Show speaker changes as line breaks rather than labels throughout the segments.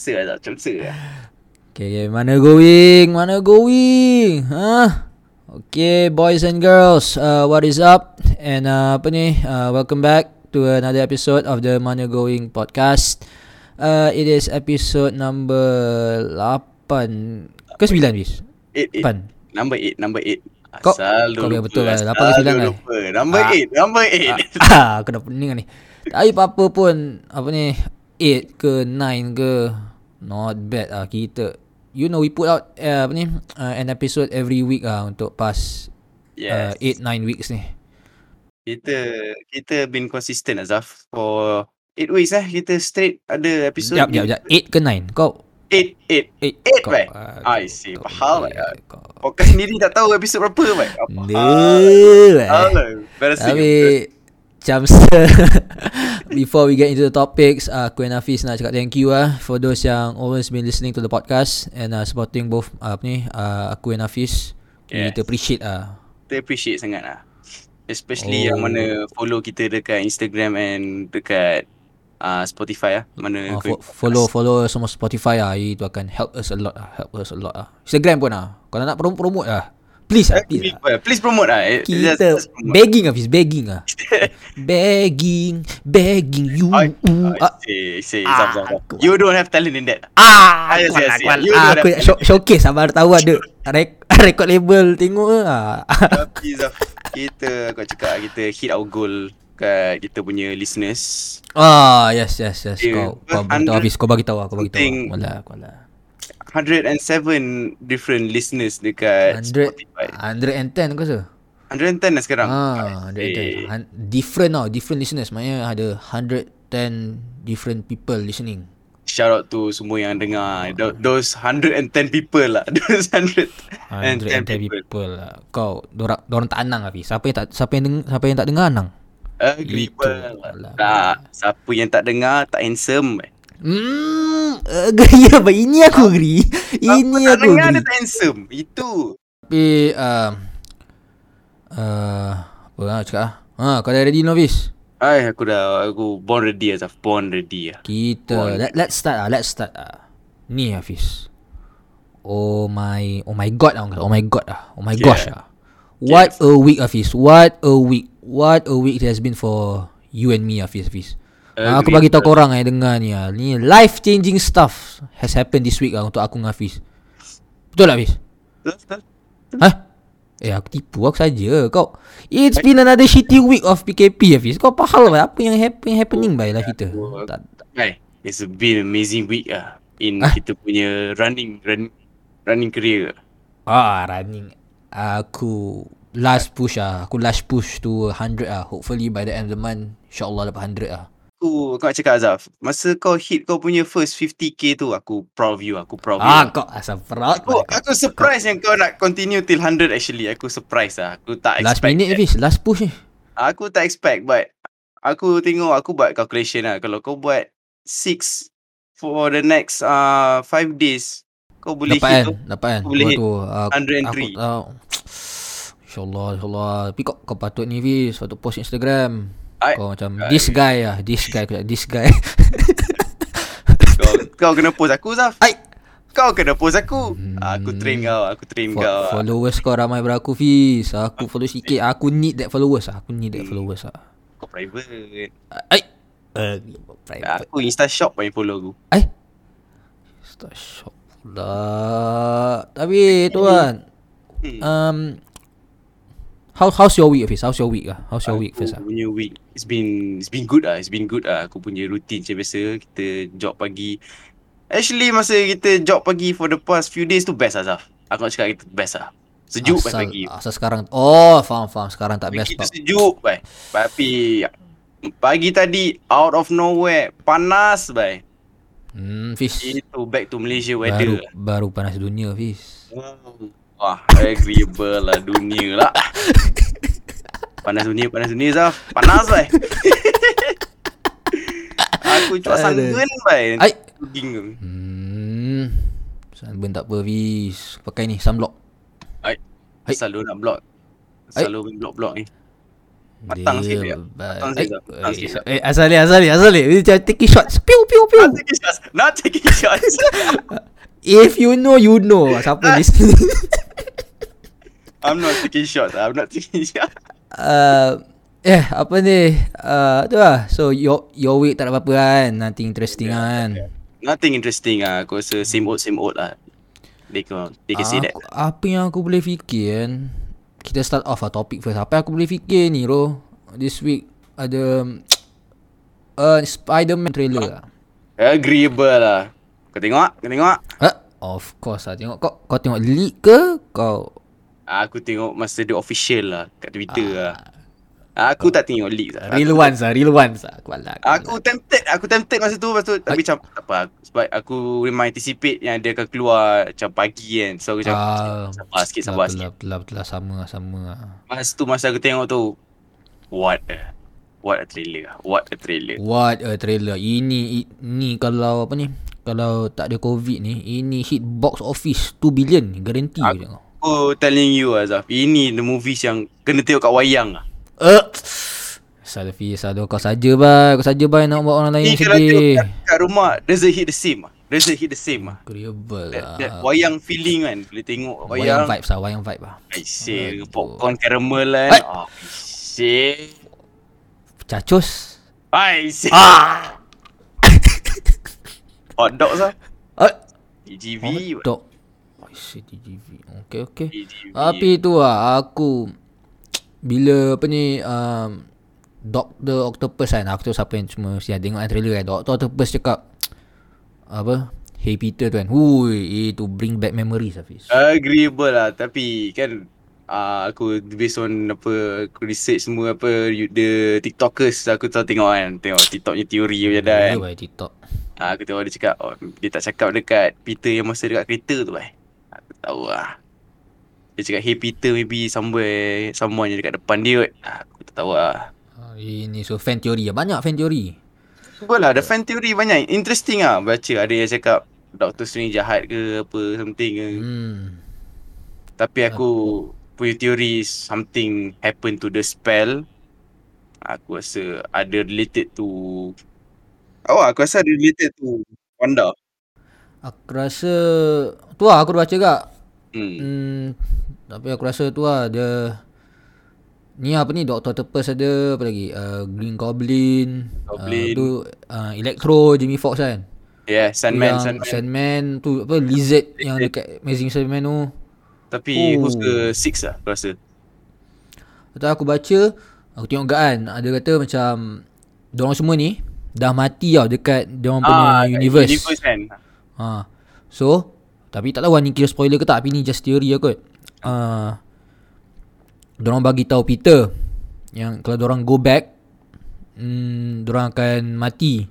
Paksa tak macam paksa lah.
Okay, okay, mana going? Mana going? Huh? Okay, boys and girls, uh, what is up? And uh, apa ni? Uh, welcome back to another episode of the Mana Going podcast. Uh, it is episode number 8 ke 9 bis?
Eight, eight.
8.
Number 8, number 8.
Kau-
Asal
kau
lu
biar
lupa,
betul lah.
asal
Lapan ke sembilan
lu
lah.
lupa. Number
Ah.
8, number 8.
ah, aku dah pening ni. Tak ada apa-apa pun apa ni 8 ke 9 ke not bad ah kita. You know we put out uh, apa ni uh, an episode every week ah untuk past
Yes.
uh, 8 9 weeks ni.
Kita kita been consistent Azaf for 8 weeks eh. Kita straight ada episode
Jap jap jap 8 ke 9 kau
8 8.
8
Eight,
kau,
right?
ah,
I see.
kau-
Faham,
eh,
right?
kau.
Podcast sendiri tak tahu episode berapa Mike. Apa hal?
Leh.
Alah, embarrassing.
Tapi macam Before we get into the topics uh, Aku and Hafiz nak cakap thank you ah For those yang always been listening to the podcast And uh, supporting both uh, apa ni, uh, Aku and Hafiz We
Yes.
Kita appreciate ah
kita appreciate sangat lah. Especially
Oh.
oh. yang mana follow kita dekat Instagram and dekat uh, Spotify lah. Mana
uh,
kau
fo- Follow follow semua Spotify ah Itu akan help us a lot ah Help us a lot ah Instagram pun ah Kalau nak promote, promote ah Please ah
Eh, Please,
please, ah.
please promote lah. Eh,
Kita
just- just promote.
begging Hafiz begging ah Begging Begging you
I,
ah.
I see, see, Zaf, Zaf, Zaf.
aku-
You don't have talent in that.
Ah,
Ah, yes,
aku
yes,
nak
yes.
kuat.
You
Ah,
know
aku
that.
nak show, showcase Abang tahu ada rek, record label tengok ke ah.
Tapi Zaf, kita, kau cakap kita hit our goal kat kita punya listeners.
Ah, yes yes yes.
Okay, first
Kau kau bagi tahu
100
habis kau bagi tahu aku bagi tahu.
something.
Wala aku lah.
107 different listeners dekat
100
Spotify.
110 kau rasa?
110 lah sekarang.
Ah, 110.
Eh,
Han, different now, different listeners. Maknanya ada 110 different people listening.
Shout out to semua yang dengar. Tho- Those 110 people lah. Those 110
110 people.
people.
people lah. Kau dorang dorang tak anang habis. Siapa yang tak siapa yang deng, siapa yang tak dengar anang?
Agreeable.
Itu lah.
Tak. Siapa yang tak dengar, tak handsome.
Hmm, agree apa? Ini aku agree.
Siapa
Ini
tak
aku
dengar, dia
agree.
tak handsome. Itu.
Tapi um, uh, Apa lah nak cakap lah ha, Kau dah ready Novice?
Ay, aku dah aku born ready Azaf, born ready ah.
Kita let, Let's start lah Let's start lah Ni Hafiz Oh my Oh my god lah orang kata. Oh my god lah Oh my
Yeah.
gosh lah What a week Hafiz What a week What a week it has been for You and me Hafiz Hafiz Ah, aku bagi
Agree.
tahu korang eh dengar ni ah. Ni life changing stuff has happened this week ah untuk aku dengan Hafiz. Betul tak Hafiz?
Terus, terus.
Ha? Eh aku tipu aku saja kau It's been another shitty week of PKP Hafiz Kau faham lah apa yang happen, happening by lah kita tak,
Ay, it's been amazing week ah in
Ah.
kita punya running run, running career.
Ah running Aku last push ah Aku last push to 100 ah Hopefully by the end of the month InsyaAllah dapat 100 ah
Aku kau nak cakap Azaf, masa kau hit kau punya first 50k tu aku proud of you, aku proud of
Ah
you.
kau asal proud
Aku, aku surprise yang kau nak continue till 100 actually. Aku surprise lah. Aku tak
Last
expect.
minute Hafiz Last push ni
Aku tak expect but aku tengok aku buat calculation lah. Kalau kau buat 6 for the next uh, 5 days kau boleh
Dapat
hit
kan
tu
Dapat kan
Boleh hit.
Lepas tu, ah,
103.
Aku tahu InsyaAllah InsyaAllah Tapi kau, kau patut ni Fiz Patut post Instagram
I-
Kau macam This guy lah This guy aku cakap, This guy
kau, kau kena post aku Zaf
Ai
Kau kena post aku
Hmm.
Aku train kau Aku train
Fo-
kau
Followers kau ramai beraku Fiz Aku follow sikit Aku need that followers lah. Aku need that followers lah.
Kau private
Ai Eh, private.
Aku insta shop yang follow aku
Ai Start shop pula Tapi tuan
Hmm.
um, How how's your week Fiz? How's your week lah? How's your week
Aku
first lah?
punya week It's been It's been good lah It's been good lah Aku punya routine macam biasa Kita jog pagi Actually masa kita jog pagi For the past few days tu Best lah Zaf Aku nak cakap kita best lah Sejuk pas
asal,
pagi
asal sekarang Oh faham faham Sekarang tak best
Pagi tu
pak
sejuk bai. Tapi Pagi tadi Out of nowhere Panas bai.
Hmm Fiz
Itu back to Malaysia
Baru
weather
baru panas dunia Fiz
Wow. Wah, agreeable lah dunia lah. Panas dunia, panas dunia Zaf. Panas lah. Aku cuak
Aduh.
sanggun bai.
Ai
Bingung.
Hmm Sunburn tak apa Fiz Pakai ni sunblock
Ai.
Ai.
Selalu nak blok.
Ai.
Selalu main blok-blok ni. Matang
Dia
sikit dia. Matang
Eh,
sikit dia. Matang sikit dia.
eh, asal ni, asal ni, asal ni. Dia macam taking shots. Piu, piu, piu.
Not taking shots. Not taking shots.
If you know, you know. Siapa ni?
I'm not taking shots. I'm not taking shots.
uh, eh, apa ni? Uh, tu lah. So, your, your week tak ada apa-apa kan? Nothing interesting kan?
Nothing interesting ah. Aku rasa same old same old lah. They can they can say that.
Aku, apa yang aku boleh fikir kan Kita start off lah topik first Apa yang aku boleh fikir ni bro This week ada uh, Spider-Man trailer lah
Agreeable lah. Kau tengok? Kau tengok?
huh? Of course lah tengok kau, kau tengok leak ke Kau
Aku tengok masa dia official lah kat Twitter lah. Aku tak tengok leak lah.
Real ones lah Real ones lah Aku alah
Aku tempted, aku tempted masa tu lepas tu tapi macam tak apa aku- sebab aku memang anticipate yang dia akan keluar macam pagi kan. So aku macam
Ah,
sabar sikit, sabar sikit.
Betul lah, betul lah, sama lah, sama lah
Masa tu masa aku tengok tu what a what a trailer. lah, What a trailer.
What a trailer Ini, ini kalau apa ni Kalau tak ada covid ni Ini hit box office 2 billion Guarantee
Ah.
aku tengok
Aku telling you Azaf, ini the movies yang kena tengok kat wayang lah.
Uh. Salah Fiz, salah kau saja bai, kau saja bai nak buat orang
Ni
lain
kalau
sedih.
tengok kat, kat rumah, doesn't hit the same ah. Doesn't hit the same ah.
Agreeable
That, that
lah.
wayang feeling kan, boleh tengok wayang.
Wayang vibes lah, wayang vibe lah.
Aisyah, popcorn caramel kan. Ah, Aisyah.
Cacus.
Aisyah. Ah. Hot dogs lah.
Eh,
EGV.
dok. Aisyah TGV. Okey okey.
EGV.
Tapi tu lah aku bila apa ni um, Dr. Octopus kan aku tu siapa yang cuma siap tengok kan trailer kan Dr. Octopus cakap apa Hey Peter tu kan Hui Itu bring back memories Hafiz
Agreeable lah. Tapi kan uh, aku based on apa aku research semua apa you- the tiktokers aku tahu tengok kan tengok tiktoknya teori macam dah kan
Boleh buat TikTok
Ah, aku tengok dia cakap oh, dia tak cakap dekat Peter yang masa dekat kereta tu eh. Aku tahu lah. Dia cakap hey Peter maybe somewhere someone yang dekat depan dia kot. Ah, aku tak tahu lah.
Ah, Ini so fan teori lah. Banyak fan teori.
Cuba lah ada fan theory banyak. Interesting ah baca ada yang cakap Doctor Strange jahat ke apa something ke.
Hmm.
Tapi aku punya teori is something happen to the spell. Aku rasa ada related to Oh, aku rasa ada related to Wanda.
Aku rasa tu lah aku dah baca juga.
Hmm.
Hmm. Tapi aku rasa tu lah dia ni apa ni Dr. Octopus ada apa lagi uh, Green Goblin,
Goblin.
Uh, tu uh, Electro Jimmy Fox kan
Yeah, Sandman,
yang
Sandman.
Sandman tu apa Lizard yang dekat Amazing Spider-Man tu
Tapi
Oh.
who's the six lah aku rasa
Lepas tu aku baca Aku tengok kat kan Ada kata macam Diorang semua ni Dah mati tau dekat Diorang punya
kat
universe,
Ah, Universe kan
Ha. So, tapi tak tahu lah ni kira spoiler ke tak. Tapi ni just theory lah kot. Uh, diorang bagi tahu Peter yang kalau diorang go back, hmm, diorang akan mati.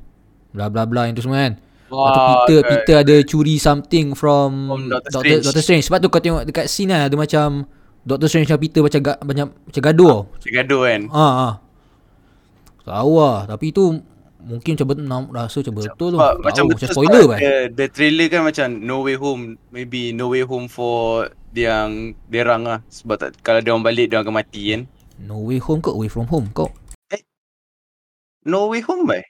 Bla bla bla itu semua kan. Lepas tu
Wah,
Peter,
kan.
Peter ada curi something from,
From Doctor
Doctor,
Strange.
Doctor Strange. Sebab tu kau tengok dekat scene kan ada macam Doctor Strange dan Peter macam, ga, macam, macam gaduh tau.
Dia gaduh kan
Ha, ha. Tahu lah. Tapi tu mungkin macam betul, nam- rasa macam betul tu.
Sebab
Tak
macam
tahu,
betul
macam spoiler
sebab
kan.
the, the trailer kan macam No Way Home Maybe No Way Home for Yang Derang lah Sebab tak, kalau dia orang balik Dia orang akan mati kan
No way home ke away from home kau?
No Way Home eh? bai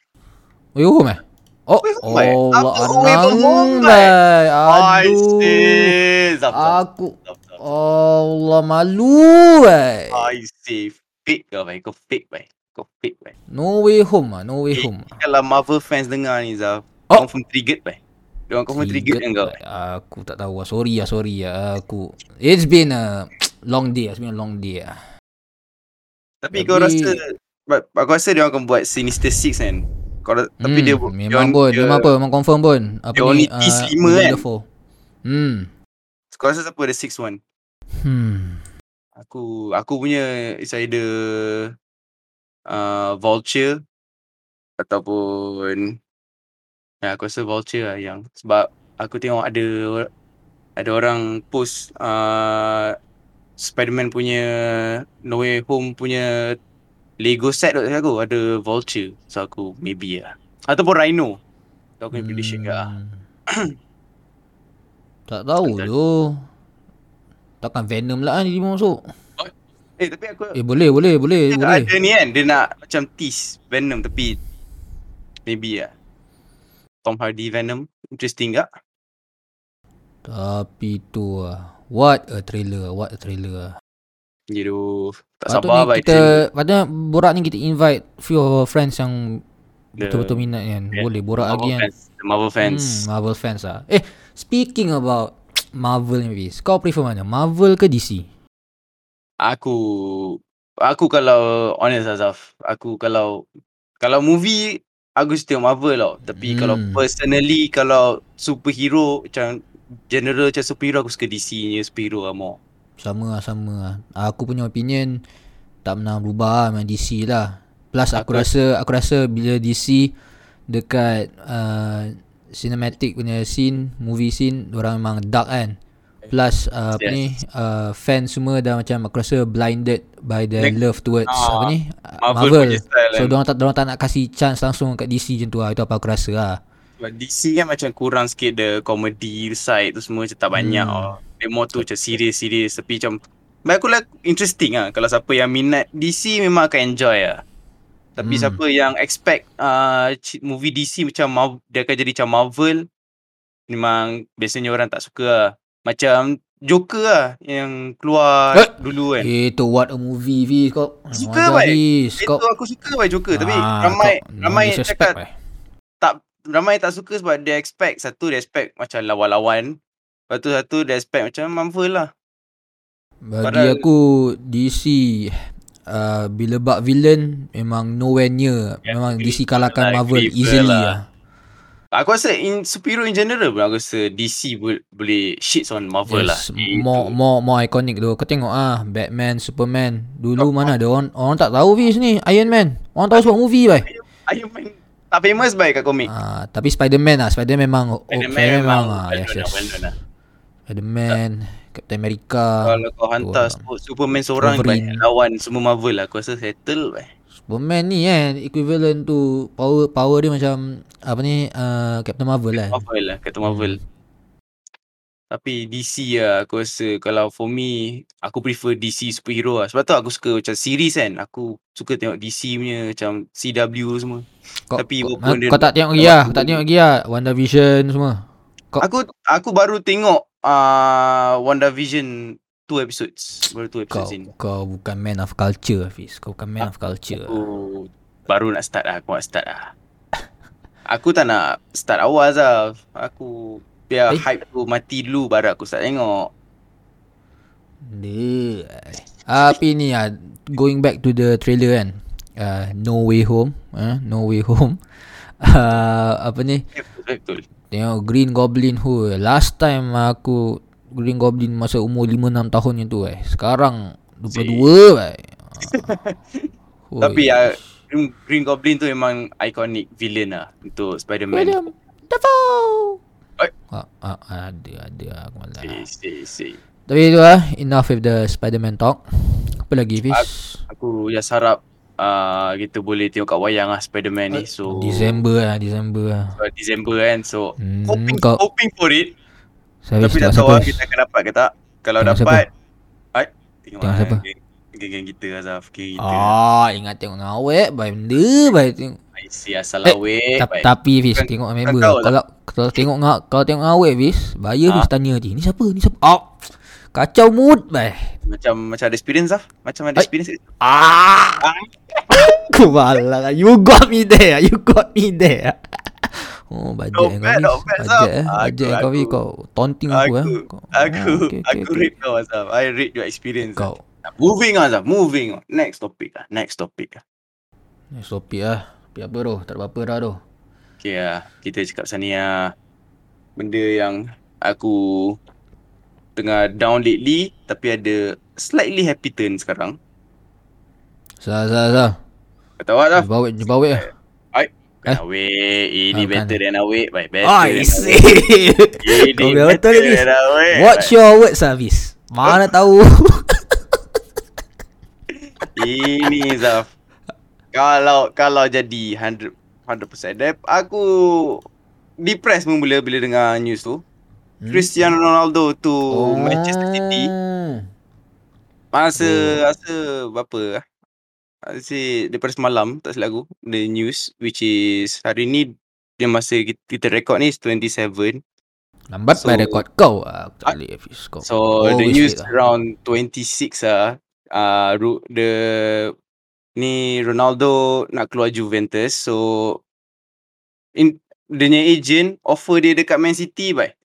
Away from home eh? Oh,
Away from home, eh?
Allah
Apa away from home,
anang
eh?
eh.
I
Aduh.
see Zap zap
Aku
zap zap
Allah malu eh.
I see Fake kau bai Kau fake bai Kau fake bai
No way home ah, no way
Eh,
home.
Kalau Marvel fans dengar ni Zaf
Oh.
Confirm triggered bai Dia orang confirm triggered dengan kau
Triggered, eh. Aku tak tahu lah, sorry lah, sorry lah Aku It's been a long day lah, it's been a long day lah
Tapi kau
Tapi-
rasa but, Aku rasa dia orang akan buat Sinister Six kan kau, ra- Tapi
Hmm,
dia
Memang pun, memang apa, memang confirm pun Apa Ah,
dia only tease lima kan?
Dafoe. Hmm
Kau rasa siapa the six one
Hmm
Aku Aku punya It's either uh, Vulture Ataupun ya, Aku rasa Vulture lah yang Sebab Aku tengok ada or- Ada orang post uh, Spiderman punya No Way Home punya Lego set tu kat aku Ada Vulture So aku maybe lah Ataupun Rhino Tu aku punya prediction kat lah
Hmm. tak tahu
Tak-
tu. Takkan Venom lah kan dia masuk.
Eh tapi aku
Eh boleh boleh boleh
dia
boleh.
ada ni kan dia nak macam tease Venom tapi maybe lah. Tom Hardy Venom interesting tak?
Tapi tu ah. What a trailer, what a trailer. ah.
Jadi tak
Patut
sabar
ni
lah
kita patut borak ni kita invite few of our friends yang
The-
betul-betul minat kan.
yeah,
Boleh borak
Ya. Marvel
lagi kan.
fans. The Marvel fans.
Hmm, Marvel fans ah. Eh, speaking about Marvel ni Fiz, kau prefer mana? Marvel ke DC?
Aku aku kalau honest Azaf, aku kalau kalau movie aku still Marvel tau. Tapi
Hmm.
kalau personally kalau superhero macam general macam superhero aku suka DC punya superhero lah more.
Sama lah, sama lah. Aku punya opinion tak pernah berubah lah dengan DC lah. Plus aku,
Aku-
rasa aku rasa bila DC dekat uh, cinematic punya scene, movie scene, orang memang dark kan. Plus uh, apa
Yes.
ni uh, fan semua dah macam aku rasa blinded by their
Like,
love towards
ah,
apa ni
Marvel
Marvel.
punya style
So
kan.
diorang tak diorang tak nak kasi chance langsung kat DC macam tu lah. Itu apa aku rasa lah.
Sebab DC kan macam kurang sikit the comedy side tu semua macam tak banyak hmm. Dia more tu macam serious-serious tapi macam Bagi aku lah interesting lah kalau siapa yang minat DC memang akan enjoy lah Tapi
Hmm.
siapa yang expect uh, movie DC macam Mar- dia akan jadi macam Marvel Memang biasanya orang tak suka lah Macam Joker lah yang keluar
Eh.
dulu kan
Eh tu what a movie Fiz kau.
Suka,
Oh my God,
baik.
Fiz.
Itu
Kau
aku suka lah Joker tapi
Ah,
ramai
kau-
ramai
no
cakap
disrespect, baik.
ramai tak suka sebab dia expect satu dia expect macam lawan-lawan. Lepas tu satu dia expect macam Marvel lah.
Bagi
Padahal-
aku DC uh, bila bab villain memang nowhere near.
Ya,
memang
agree.
DC kalahkan
Agree
Marvel
pula
easily
lah.
lah.
Aku rasa in superhero in general pun aku rasa DC bo- boleh shits on Marvel lah.
Yes, more more more iconic tu. Kau tengok ah Batman, Superman.
lah.
Dulu mana ada orang orang tak tahu Fiz ni Iron Man. Orang tahu sebab movie bai.
Iron Man tak famous baik kat komik.
Ah, tapi Spider-Man lah Spider-Man memang oh, Spider-Man, memang, ah, yes,
well known lah,
yes.
well known lah.
Spider-Man, Captain America.
Kalau kau hantar
orang.
Sp- Superman seorang
Ah, Wolverine. Eh.
baik lawan semua Marvel lah. Aku rasa settle baik.
Superman ni kan equivalent tu power power dia macam apa ni uh, Captain Marvel kan.
Marvel lah kata Marvel. Tapi DC lah aku rasa kalau for me aku prefer DC superhero lah. Sebab tu aku suka macam series kan. Aku suka tengok DC punya macam CW semua.
Kau,
Tapi
kau,
walaupun
ha?
dia-
kau tak tengok lagi
dia
lah
waktu
Kau tak
dulu.
tengok lagi lah WandaVision semua Kau-
Aku aku baru tengok uh, WandaVision two episodes. Baru two
Kau
episodes in.
kau bukan man of culture Hafiz Kau bukan man of culture
Aku baru nak start lah. Aku nak start lah. Aku tak nak start awal Zaf. Aku biar
Eh.
hype tu mati dulu baru aku start tengok.
Dia Tapi ni lah Going back to the trailer kan uh, No Way Home uh, No Way Home uh, Apa ni
Betul, Betul.
Tengok Green Goblin hu. Last time aku Green Goblin masa umur 5-6 tahun yang tu eh Sekarang 22 eh Ah. Hui.
Tapi uh, Green, Green Goblin tu memang iconic villain lah untuk Spider-Man.
William Dafoe.
Oi.
Ah, ah, ada ada aku malas.
Si, si, si.
Tapi itu lah enough with the Spider-Man talk. Apa lagi Fiz?
Aku just harap uh, kita boleh tengok kat wayang lah Spider-Man ni. So
December lah, December lah.
uh, December kan. So
Hmm,
hoping
kau-
hoping for it.
Saya
tapi tak
tengok
tahu lah
siapa.
kita akan dapat ke tak. Kalau
Tengok
dapat ai tengok,
Tengok
ah,
siapa?
geng- Geng-geng kita Azaf, geng kita.
Ah, ingat tengok ngawek, baik benda, baik tengok.
Isi asal
Eh,
awet. lah, Eh,
Ta-
baik.
tapi Fiz
Bukan-
tengok
bukan
member
kau lah.
kalau kalau, tengok ngak kalau tengok ngawek Fiz, bahaya
Ah.
Fiz tanya dia. Ni siapa? Ni siapa? Ah. Kacau mood baik.
Macam macam ada experience Azaf. Macam ada
Ai.
experience.
Ah. Aku malas. You got me there. You got me there. Oh, bajet
Not
eh,
bad,
kau
not
ni.
bad,
Bajet
Sam.
eh. Bajet eh,
Aku-
kau ni.
aku-
Kau taunting aku, eh.
Aku
Kau-
aku
Ah, okay, okay,
aku
okay.
rate kau Azaf. I rate your experience.
Kau.
Moving on Zaf, moving on. Next topic lah, next topic lah.
Next topic lah. Topic apa tu? Tak ada apa-apa dah tu.
Okay lah, kita cakap sini lah. Benda yang aku tengah down lately tapi ada slightly happy turn sekarang.
Sah, sah, sah.
Kau tahu tak Zaf?
Jebawit, jebawit lah.
Aik,
Eh?
kena awet. Ini
Ah, bukan.
better than awet. Baik, better
Ah, I
than
see.
awet. eh,
Kau
Ini
biar betul
better
ni. Fiz.
than awet.
Watch your words, ah, Fiz.
Eh.
Mana tahu.
Ini Zaf. Kalau kalau jadi 100 100% dep, aku depressed mula bila dengar
Hmm. Oh. Ah.
news tu. Cristiano Ronaldo to Manchester City. Masa
Hmm.
rasa berapa ah? Asyik daripada semalam tak silap aku the news which is hari ni dia masa kita, kita record ni is 27.
Lambat so,
So-
rekod kau ah, Aku tak boleh Hafiz kau
So
Oh,
the
wait,
news
wait lah.
around 26 ah uh, the ni Ronaldo nak keluar Juventus. So in dia punya agent offer dia dekat Man City bai.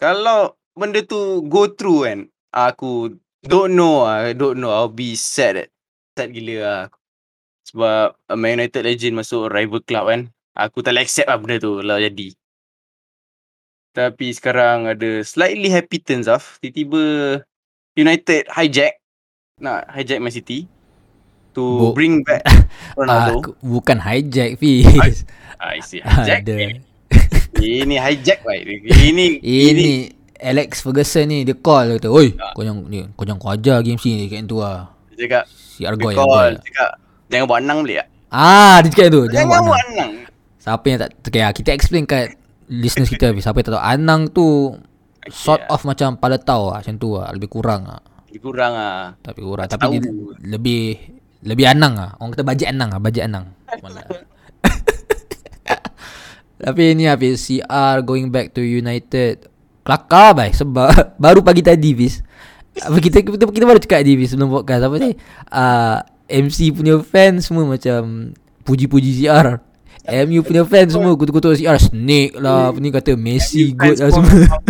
Kalau benda tu go through kan aku don't know ah don't know I'll be sad at, sad gila ah. Sebab uh, Man United legend masuk rival club kan. Aku tak boleh accept lah benda tu kalau jadi. Tapi sekarang ada slightly happy turns off. Tiba-tiba United hijack. Nak hijack Man City. To
Bo-
bring back
Ah,
Ronaldo.
aku- bukan hijack Fiz
Ah, I see. Hijack.
Ada
Ini hijack baik. Ini, ini. Ya.
Ini Alex Ferguson ni Dia call dia kata Oi Kau jangan ni, Kau jangan kau ajar game sini Dia cakap tu lah
Dia cakap,
Si
dia
Argoy
call.
Argoy
Dia cakap, jangan buat enang boleh tak?
Ah dia cakap tu Jangan
Jangan
buat
buat
Anang
enang.
Siapa yang tak okay, ah, Kita explain kat Listeners kita Hafiz. Siapa yang tak tahu Anang tu Sort
ah.
of macam Pala tau lah Macam tu lah Lebih kurang lah
Dia kurang ah.
Tapi kurang
Tak
Tapi dia
tahu.
lebih Lebih anang lah Orang kata bajet anang lah Bajet anang Malah. Tapi ni Hafiz CR going back to United Kelakar bhai Sebab Baru pagi tadi Hafiz Apa kita, kita kita baru cakap tadi Hafiz Sebelum podcast Apa ni uh, MC punya fan semua macam Puji-puji CR MU punya fan semua kutuk-kutuk CR Snake lah Apa ni kata Messi
Fans
good lah
semua-
semua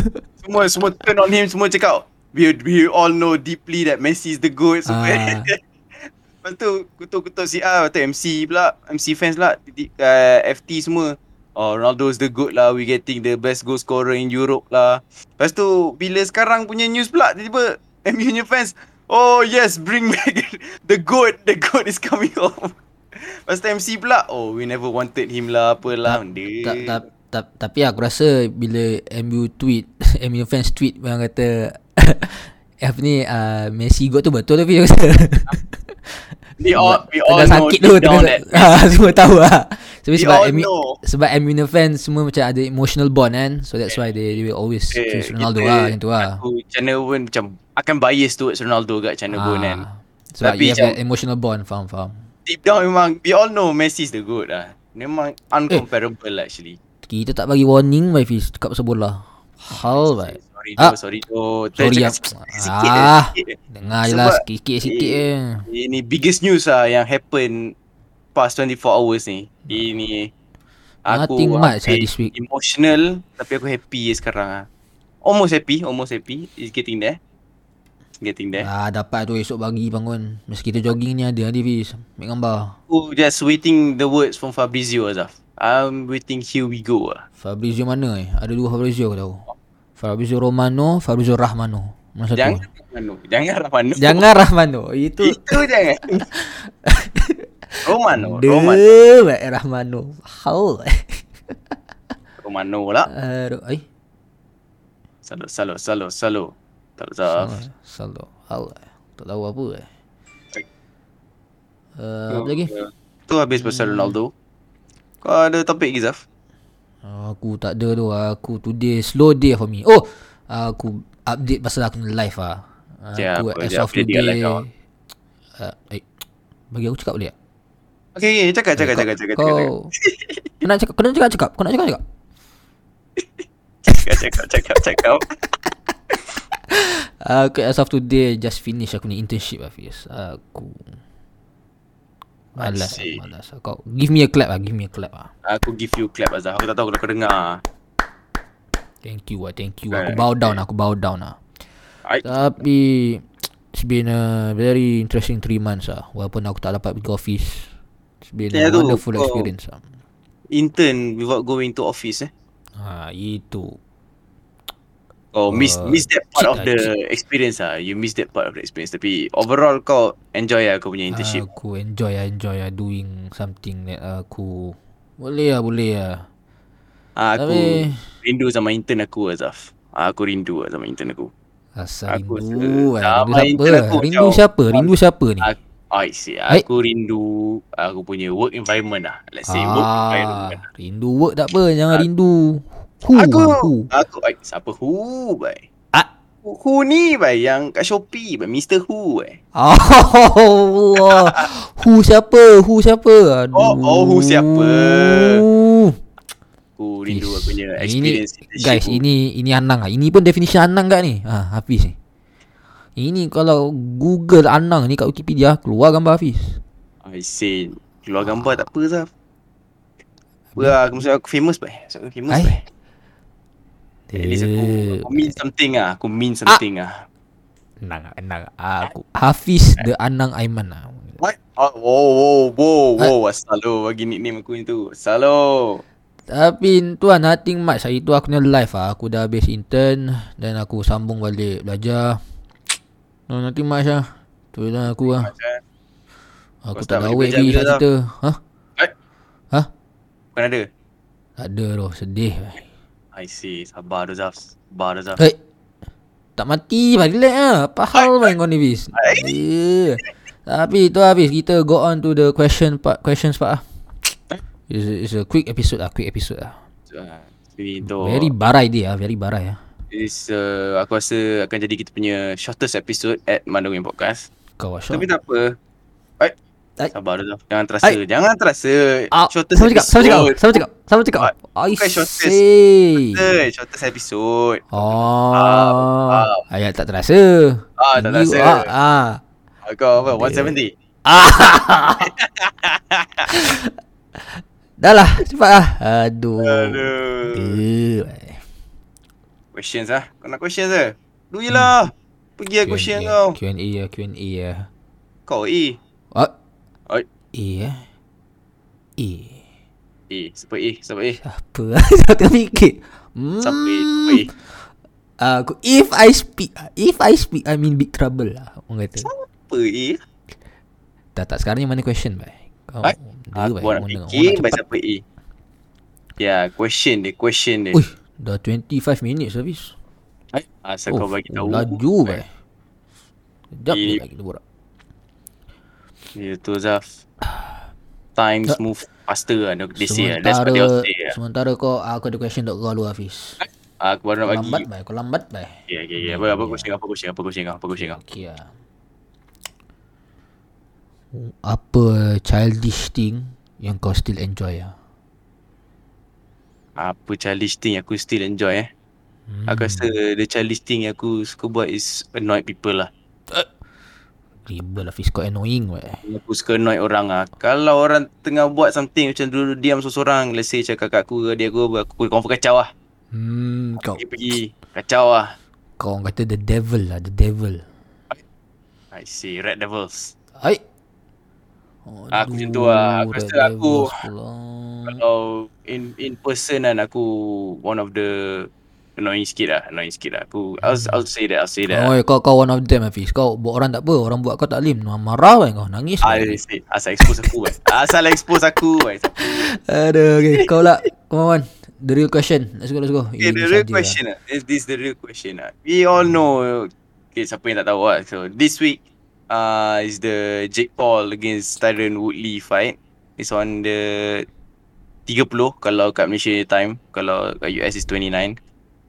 Semua semua turn on him semua cakap we we all know deeply that Messi is the goat semua.
Ah.
Lepas tu kutuk-kutuk si ah tu MC pula, MC fans pula, titik, uh, FT semua. Oh Ronaldo is the goat lah, we getting the best goal scorer in Europe lah. Lepas tu bila sekarang punya news pula tiba-tiba MU punya fans Oh yes, bring back the goat, the goat is coming home. Lepas tu MC pula, oh we never wanted him lah, apalah. benda.
tak, tak, tak, tapi aku rasa bila MU tweet MU fans tweet orang kata apa ni uh, Messi got tu betul tapi dia kata
We all- we all
Tengah
know
sakit
deep
tu
down
tengah sa- Ah, semua tahu lah Tapi
We
sebab
all
MU
know.
sebab MU punya fans semua macam ada emotional bond kan so that's why they, they will always
Eh,
choose Ronaldo
kita-
lah macam tu lah
Aku channel pun macam akan bias towards Ronaldo kat channel pun kan.
ah, sebab
Tapi
you have
macam-
that emotional bond faham faham
Deep down memang we all know Messi is the goat lah. Memang
Eh.
uncomparable lah actually.
kita tak bagi warning my fish cakap pasal bola lah. hal baik
Sorry
Ah.
doh, sorry doh. Try
Sorry
cakap
ah.
sikit- sikit eh,
Ah,
sikit eh.
dengar je lah
Sebab-
sikit-sikit sikit
Eh,
eh.
Ini biggest news lah yang happen past 24 hours ni. Ini aku
Ah. Nothing much lah
ambil
this week.
emotional tapi aku happy je sekarang ah. Almost happy, almost happy. It's getting there. It's getting there.
Ah dapat tu esok pagi bangun. Masa kita jogging ni ada ada Fiz. Ambil gambar.
Aku just waiting the words from Fabrizio Azaf. I'm waiting here we go lah.
Fabrizio mana eh? Ada dua Fabrizio aku tahu. Fabrizio Romano, Fabrizio Rahmano. Masa
Jangan
tu.
Rahmano. Jangan Rahmano.
Jangan Rahmano. Itu
Itu jangan. Romano.
De
Romano.
baik eh, Rahmano. Hal. eh.
Romano pula.
Aduh, eh.
Salo, salo, salo, salo. Tak Azaf.
Salah. Hal. Tak tahu apa eh.
Baik.
Uh, apa lagi?
Tu habis pasal Ronaldo. Kau ada topik ke Zaf?
Ah, Aku tak ada tu Aku today slow day for me Oh ah, Aku update pasal aku punya life lah Ah,
Siap,
Aku
apa
as
je
of
update dekat
today
life kau?
Ah, eh, Bagi aku cakap boleh tak?
Okay, okay, cakap, cakap, cakap, cakap,
Kau
cakap, cakap,
Kau nak cakap Kau nak cakap cakap Kau nak cakap cakap
cakap, cakap, cakap, cakap.
Ah, Aku as of today Just finish aku ni internship lah Fiz Aku
I
Malas
see.
Malas lah. Kau Give me a clap lah Give me a clap lah
Aku give you clap Azaf. Aku tak tahu kalau kau dengar.
Thank you lah Thank you lah.
Right.
Aku bow down lah, Aku bow down lah
I,
Tapi It's been a very interesting 3 months lah Walaupun aku tak dapat pergi office It's been a
Ya tu,
wonderful
kau-
experience lah
intern without going to office eh.
Ha itu
Oh, miss
Uh,
miss that part
cheat
of
lah,
the experience ah. You miss that part of the experience. Tapi overall kau enjoy lah kau punya internship.
Ah, Aku enjoy lah enjoy lah doing something that aku Boleh lah boleh lah
Ah, aku
tapi-
rindu sama intern aku Azaf. Ah, aku rindu lah sama intern aku.
Rasa
Aku
rindu
rasa-
lah.
Lama
Rindu
intern
siapa?
aku
Rindu
jauh.
siapa? Rindu siapa ni?
Aku, ah, I see.
Baik.
Aku rindu aku punya work environment lah. Let's say work
Ah,
environment.
rindu work tak apa Jangan rindu Hu,
aku
hu.
aku ai, siapa hu bai.
Ah.
Hu Who ni bai yang kat Shopee bai Mr. Who eh.
Allah. Who siapa? Who siapa? Aduh.
Oh, oh, who siapa? Aku rindu aku punya
Ish,
experience
ini, Guys, ini ini Anang ah. Ini pun definisi Anang kat ni. Ha, Hafiz ni. Ini kalau Google Anang ni kat Wikipedia keluar gambar Hafiz.
I say keluar gambar tak apa Zaf. Apa lah, aku mesti aku famous bai. So, aku famous
Hai. Eh.
bai. At least aku, aku mean something ah. Aku mean something ah.
Anang, Anang. Aku Hafiz the Anang Aiman ah.
What? Oh, wow, wow, wow, wow. Asalo bagi nickname aku ni tu. Asalo.
Tapi tuan nothing much Hari tu aku ni live lah Aku dah habis intern Dan aku sambung balik belajar No nothing much lah Tu je lah aku lah
Macam Kau
Aku tak
start balik
gawik
belajar
lagi
bila
tak cerita Ha?
Eh?
Ha?
Bukan ada.
Tak ada doh sedih
I see. Sabar tu Zaf. Sabar tu Zaf.
Eh Tak mati lah relax lah Apa hal main kau ni Fiz Eh. Tapi tu habis Kita go on to the question part Questions part lah It's a, it's a quick episode lah Quick episode lah
Ah, Jadi tu.
Very barai dia ah, Very barai lah
Is uh, aku rasa akan jadi kita punya shortest episode at Mandungin Podcast.
Kau lah
Tapi tak apa. Baik.
Ai.
Sabar dulu. Jangan terasa.
Ai.
Jangan terasa.
Ah,
shortest
sama cakap, sama cakap,
episode.
sama cakap, sama cakap. I
Bukan shortest. Ah,
see.
Shortest, shortest episode.
Oh. Ayat tak terasa.
Ah, tak
You
terasa.
are- Ah.
Ah, Kau apa? 170.
Dah lah, cepat lah. Aduh.
Aduh.
Eh,
Questions ah. Kau nak questions ke? Lu je
Hmm.
lah. Pergi lah question
Q&A,
kau.
Q&A ya, Q&A ya.
Kau E.
Oh,
Oi.
A ya. A.
E. Siapa E? Siapa E?
Apa lah? Saya tengah fikir. Hmm. Ah,
Siapa E? Siapa E?
Aku if I speak, if I speak I'm in big trouble lah. Orang kata.
Apa E?
Tak tak sekarang ni mana question bai? Kau.
Baik.
dia,
Aku
bai.
nak
Orang- orang
fikir
eh, nak
pasal apa E. Ya, question dia. Question dia.
Ui, dah 25 minutes habis. Oh,
Asal kau bagi tahu.
Laju bai. Sekejap je
Eh.
lagi kita borak.
Ya tu Zaf. Times
Tak.
move faster lah. They say lah. That's what they all
Sementara
say lah.
sementara kau aku ada question untuk kau dulu Hafiz.
Ah, Aku baru
Kau
nak bagi.
lambat bai, kau lambat bai.
Okay, okay, okay. Apa, apa question kau? Apa question kau? Apa question kau? Apa question kau?
Okey ah. Apa childish thing yang kau still enjoy ah?
Apa childish thing aku still enjoy eh? Aku rasa the childish thing yang aku suka buat is annoy people lah.
Ribel lah Hafiz kau annoying bai.
Aku suka annoy orang lah. Kalau orang tengah buat something macam dulu diam seorang-seorang. Let's say macam kakak aku, adik aku, apa, aku confirm kacau lah.
Hmm, kau
Dia pergi kacau lah.
kau orang kata the devil lah, the devil.
I see, Red Devils.
Hai.
Aku macam tu lah. Aku
Aduh,
rasa
dah
aku-
devil pula.
Kalau in in person kan aku one of the annoying sikit lah, annoying sikit lah. Aku I'll, I'll say that, I'll say that.
Oh, kau kau one of them Hafiz. Kau buat orang tak apa, orang buat kau tak lim. Marah kan kau, nangis.
I
kan.
say, asal expose aku kan. Asal expose aku kan.
Aduh, okay. Kau lah. Come on. The real question. Let's go, let's go.
Okay,
Ini
the real
saja.
question lah. This, this the real question lah. We all know, okay, siapa yang tak tahu lah. So, this week uh, is the Jake Paul against Tyron Woodley fight. It's on the 30 kalau kat Malaysia time. Kalau kat US is 29.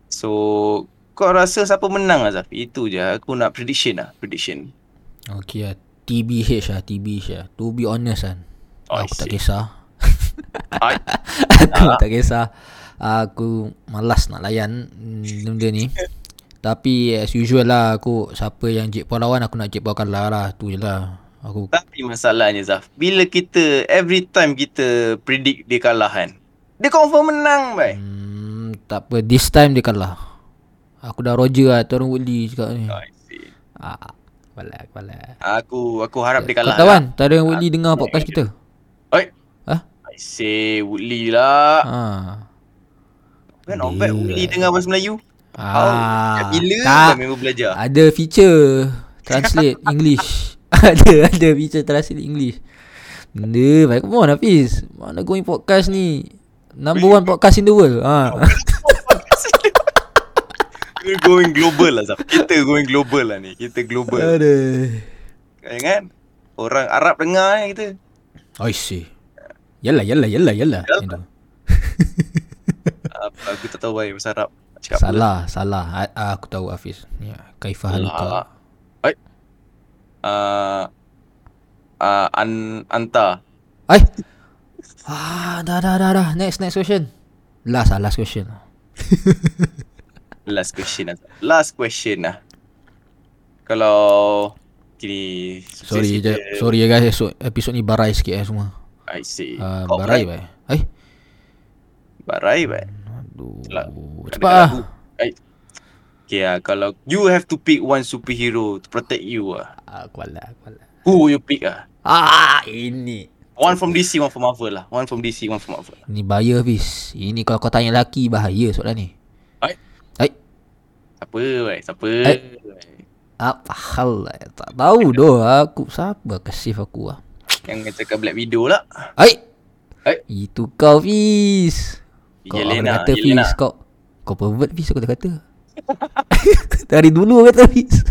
So, kau rasa siapa menang Azaf? Itu je. Aku nak prediction lah. Prediction.
Okay lah. TBH lah, TBH lah. To be honest kan.
Oh, I
aku tak
see.
kisah.
I,
aku tak kisah. Aku malas nak layan mm, benda ni. Tapi as usual lah aku siapa yang Jake Paul lawan aku nak Jake Paul kalah lah tu je lah. Aku
tapi masalahnya Zaf, bila kita, every time kita predict dia kalah kan, dia confirm menang bai.
Hmm, tak apa. This time dia kalah. Aku dah Roger lah. Tuan Woodley cakap ni.
Oh, I see.
Ah, kepala, kepala.
Aku aku harap dia
Kau
kalah.
tahu
lah.
kan? Tuan Woodley dengar podcast kita.
Oi.
Hah?
I say Woodley lah.
Ha.
Kan on back Woodley dengar bahasa Melayu.
Ah.
Sejak ya, bila
tak.
kau memang belajar?
Ada feature translate English. ada ada feature translate English. Benda baik come on Hafiz. Mana going podcast ni? Number one podcast in the world. Ha.
We're going global lah Zaf. Kita going global lah ni. Kita global.
Aduh.
Kan? Orang Arab dengar eh, kita.
I see. Yalah, yalah, yalah, yalah. Yang tu.
Apa, aku tak tahu baik bahasa Arab. Cakap apa?
Salah, salah. A- ah, aku tahu Hafiz. Ya, kaifah haluka.
Lah. Eh. Uh, uh, an anta.
Ai. Ah, dah dah dah dah. Next next question. Last ah, last question.
Last question lah. Last question lah. Kalau kini
Sorry je. Sorry ya guys, esok episod ni barai sikit eh semua.
I see.
Uh,
Kau
barai baik. Ai.
Barai baik.
Aduh.
Lagu.
Cepat ah.
Ay. Okay lah, kalau you have to pick one superhero to protect you ah.
Aku alah, aku alah.
Who will you pick ah?
lah, Ah, ini.
One from DC, one from Marvel lah. One from DC, one from Marvel.
Ni bahaya Hafiz. Ini kalau kau tanya lelaki bahaya soalan ni.
Ai.
Ai.
Siapa weh? Siapa?
Eh.
weh?
Apa hal lah Tak tahu doh aku Siapa kesif aku lah
Yang cakap Black Widow lah.
Hai
Hai.
Itu kau Fiz Kau
Yelena,
Yelena, kata
Yelena.
Fiz Kau Kau pervert Fiz aku dah kata Dari dulu aku kata Fiz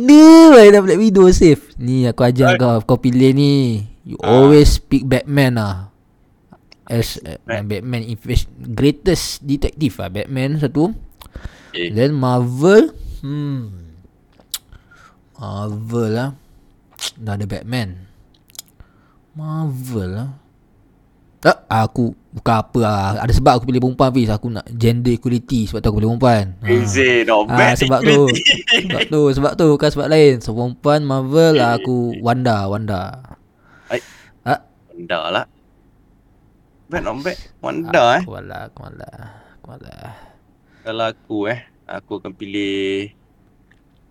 Ni lah dah Black Widow safe Ni aku ajar kau Kau pilih ni You always pick Batman lah As uh, Batman invest, Greatest detective lah Batman satu
Okay.
Then Marvel Hmm Marvel lah Dah ada Batman Marvel lah Tak aku Bukan apa lah Ada sebab aku pilih perempuan Fiz Aku nak gender equality Sebab tu aku pilih perempuan Ha.
Easy, not
Ah,
bad.
sebab tu Sebab tu Sebab tu Bukan sebab lain So perempuan Marvel lah Aku Wanda Wanda
Ai.
Ah,
Wanda lah. Bad not bad. Wanda eh.
Aku malah Aku malah Aku malah
Kalau aku eh, aku akan pilih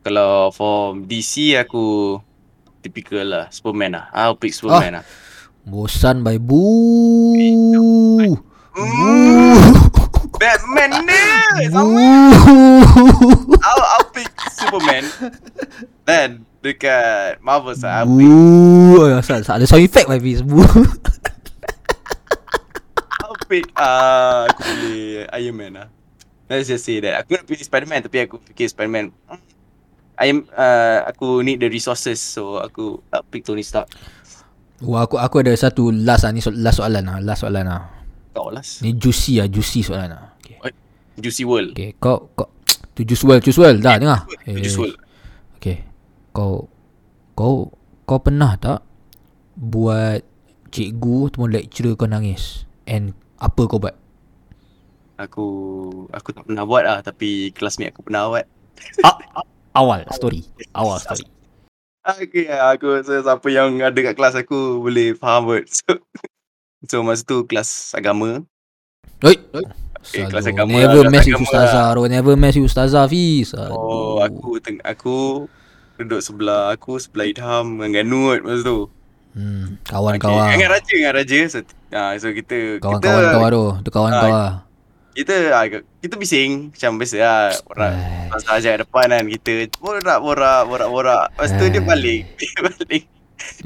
kalau from DC aku typical lah Superman lah. I'll pick
Oh.
Superman lah.
Bosan by Boo
Batman ni sama.
Boo
I'll, I'll pick Superman. Then dekat Marvel saya I'll pick,
Boo Asal asal Oh, ada sound effect lah Fiz Boo
I'll pick uh, aku pilih Iron Man lah. Let's just say that. Aku nak pilih Spider-Man tapi aku fikir Spider-Man hmm, I am uh, aku need the resources so aku I'll pick Tony Stark.
Wah aku aku ada satu last lah ni so, last soalan lah last soalan lah
Kau last.
ni juicy lah juicy soalan lah okay,
Juicy World.
okay kau kau tu juice well juice well dah dengar
Juicy World.
okay kau kau kau pernah tak buat cikgu ataupun lecturer kau nangis and apa kau buat
Aku aku tak pernah buat lah tapi classmate aku pernah buat.
awal story awal story
Okay, aku rasa siapa yang ada kat kelas aku boleh faham kot. So, so masa tu kelas agama.
Oi.
Eh, kelas
Salah.
agama
Never
lah, kelas
mess with
agama
ustazah bro. Never mess with ustazah Fiz
Oh,
Aduh.
aku teng- aku duduk sebelah aku sebelah Idham dengan Ganu kot masa tu.
hmm,
Okay, dengan
Kawan-kawan
raja dengan raja. So, ah, so kita
Kawan-kawan
kita
kau tu Tu kawan
Ah,
kau lah
kita ah, kita bising macam biasa lah. Orang
Ai.
masa ajar kat depan kan kita borak borak borak borak. Lepas tu dia
Ai.
balik. Dia balik.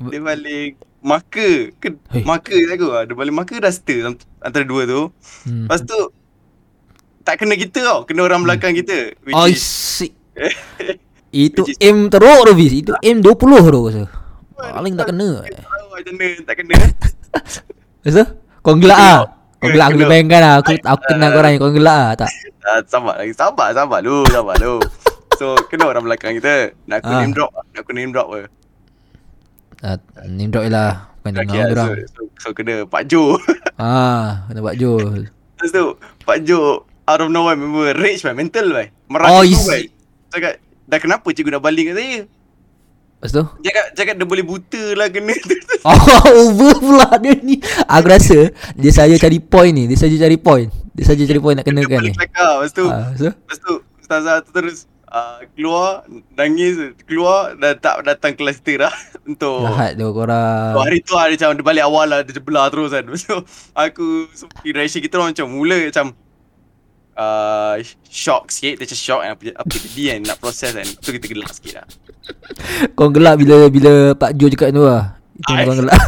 Dia balik marker ke
Hei.
marker kat aku. ah. Dia balik marker duster ant- antara dua tu.
Hmm.
Lepas tu tak kena kita tau, kena orang belakang kita. Which
Oh,
is
sick. Itu
Which is-
aim teruk tu Fiz Itu aim 20 tu rasa Paling tak
tahu
kena
tak kena, tak kena.
Rasa? Kau gelak ah. Kau
Gelak,
gelak aku
gelak.
bayangkan ah. Aku aku kenal korang ni. Kau gelak ah tak?
Ah, sabar lagi. Sabar, sabar dulu, sabar dulu. So, kena orang belakang kita. Nak aku
Ah.
name drop, nak aku name drop ke.
Ah, name drop je lah Bukan dengar
Okay,
okay,
ah, so,
orang
so, so, kena Pak Jo.
Ah, kena buat Jol
Lepas tu, Pak Jo out of nowhere member rage man, mental man.
Oh,
Merah
is-
oh, man. Cakap, dah kenapa cikgu dah baling kat saya?
Lepas tu
Cakap, cakap dia boleh buta lah kena.
Oh over pula dia ni Aku rasa Dia saja cari point ni Dia saja cari point Dia saja cari point nak
dia
kenakan ni
balik kelakar. Lepas tu,
Ah, so?
Lepas tu Ustazah tu terus uh, keluar Nangis Keluar Dan tak datang kelas kita dah Untuk
Jahat tu
So,
korang
hari tu hari macam dia balik awal lah Dia belah terus kan Lepas tu Aku so, Reaction kita orang macam Mula macam uh, Shock sikit Dia macam shock kan Apa, apa jadi kan Nak proses kan Lepas tu kita gelak sikit lah
Kau gelak bila bila Pak Jo cakap tu lah Itu
Ah.
yang kau gelak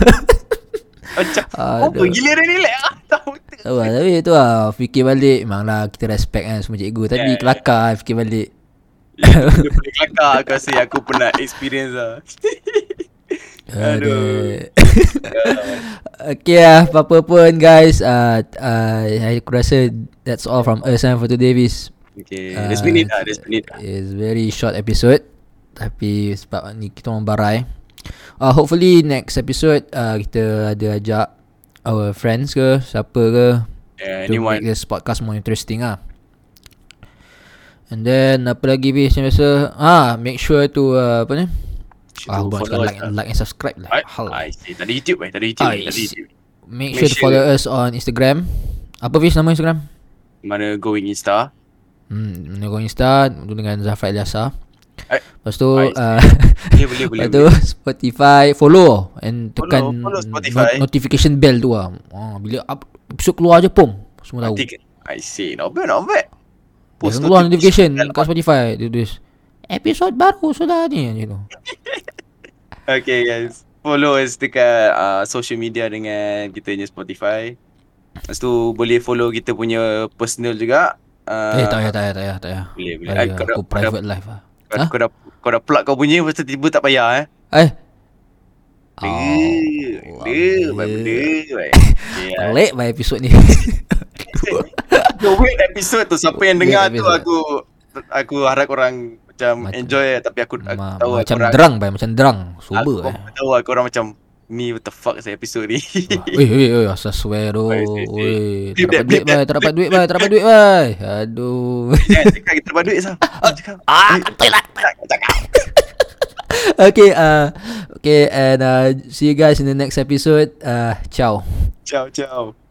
Macam Apa
Aduh.
gila dia relax lah Tahu tak
Tahu lah tapi tu lah Fikir balik Memanglah kita respect kan Semua cikgu Tapi
Yeah.
kelakar lah fikir balik
Dia boleh kelakar Aku rasa aku pernah experience lah Aduh.
Aduh. okay lah, Ah, apa-apa pun guys. Uh, uh, aku rasa that's all from us eh, for today, Fiz.
Okay, let's been it lah, let's been it lah.
It's very short episode Tapi sebab ni kita orang barai uh, Hopefully next episode uh, Kita ada ajak Our friends ke Siapa ke
Yeah,
To
anyone.
make this podcast more interesting lah And then apa lagi Fiz yang biasa Ah, Make sure to uh, Apa ni
should
Ah, bukan
follow
cakap
us
like,
lah.
like and subscribe lah
I,
Hal.
I see. Tak ada YouTube eh, tak ada YouTube,
Ah,
eh, tak ada
it's-
YouTube.
Make
Make
sure to
sure-
follow us on Instagram Apa Fiz nama Instagram?
Mana going Insta.
Hmm, Menegong Insta dengan Zafra Eliasa.
Eh,
Lepas tu
I see.
uh,
Boleh, boleh, boleh.
Lepas tu Spotify follow and tekan
follow Spotify.
not- notification bell tu ah. Oh, bila up, episode keluar je pom semua tahu.
Nanti, I see. Not bad, not bad.
Post keluar notification
bell.
kat Spotify dia tulis episod baru sudah ni macam tu.
Okay guys Follow us dekat uh, social media dengan kita punya Spotify Lepas tu boleh follow kita punya personal juga uh,
Eh tak payah tak payah tak payah tak payah.
Boleh boleh
Tak
Ay,
payah,
kau, dah,
Aku
kau, dah,
private life ah.
kau,
Ha?
kau, dah, kau dah plug kau punya Lepas tu tiba tak payah eh
Eh.
Dia
Oh,
Dia Baik
Allah.
benda Baik Okay, ah.
Pelik by episode ni.
The weird episode tu Siapa yang
Weird
dengar tu
episode.
aku Aku harap orang macam,
Macam-
enjoy eh. Tapi aku, aku
Ma-
tahu
macam
korang-
drang by macam drang sober
Aku
eh.
tahu aku orang macam Ni what the fuck saya episode ni
Oi oi oi asal swear tu.
Oi, oi, oi.
Oi,
Blip, blip, blip,
tak dapat duit bai, tak dapat duit bai, tak dapat duit bai. Aduh.
Jangan cakap kita dapat duit sah Cakap
Ah, kentut lah. Okay, uh, okay, and uh, see you guys in the next episode. Uh, ciao.
Ciao ciao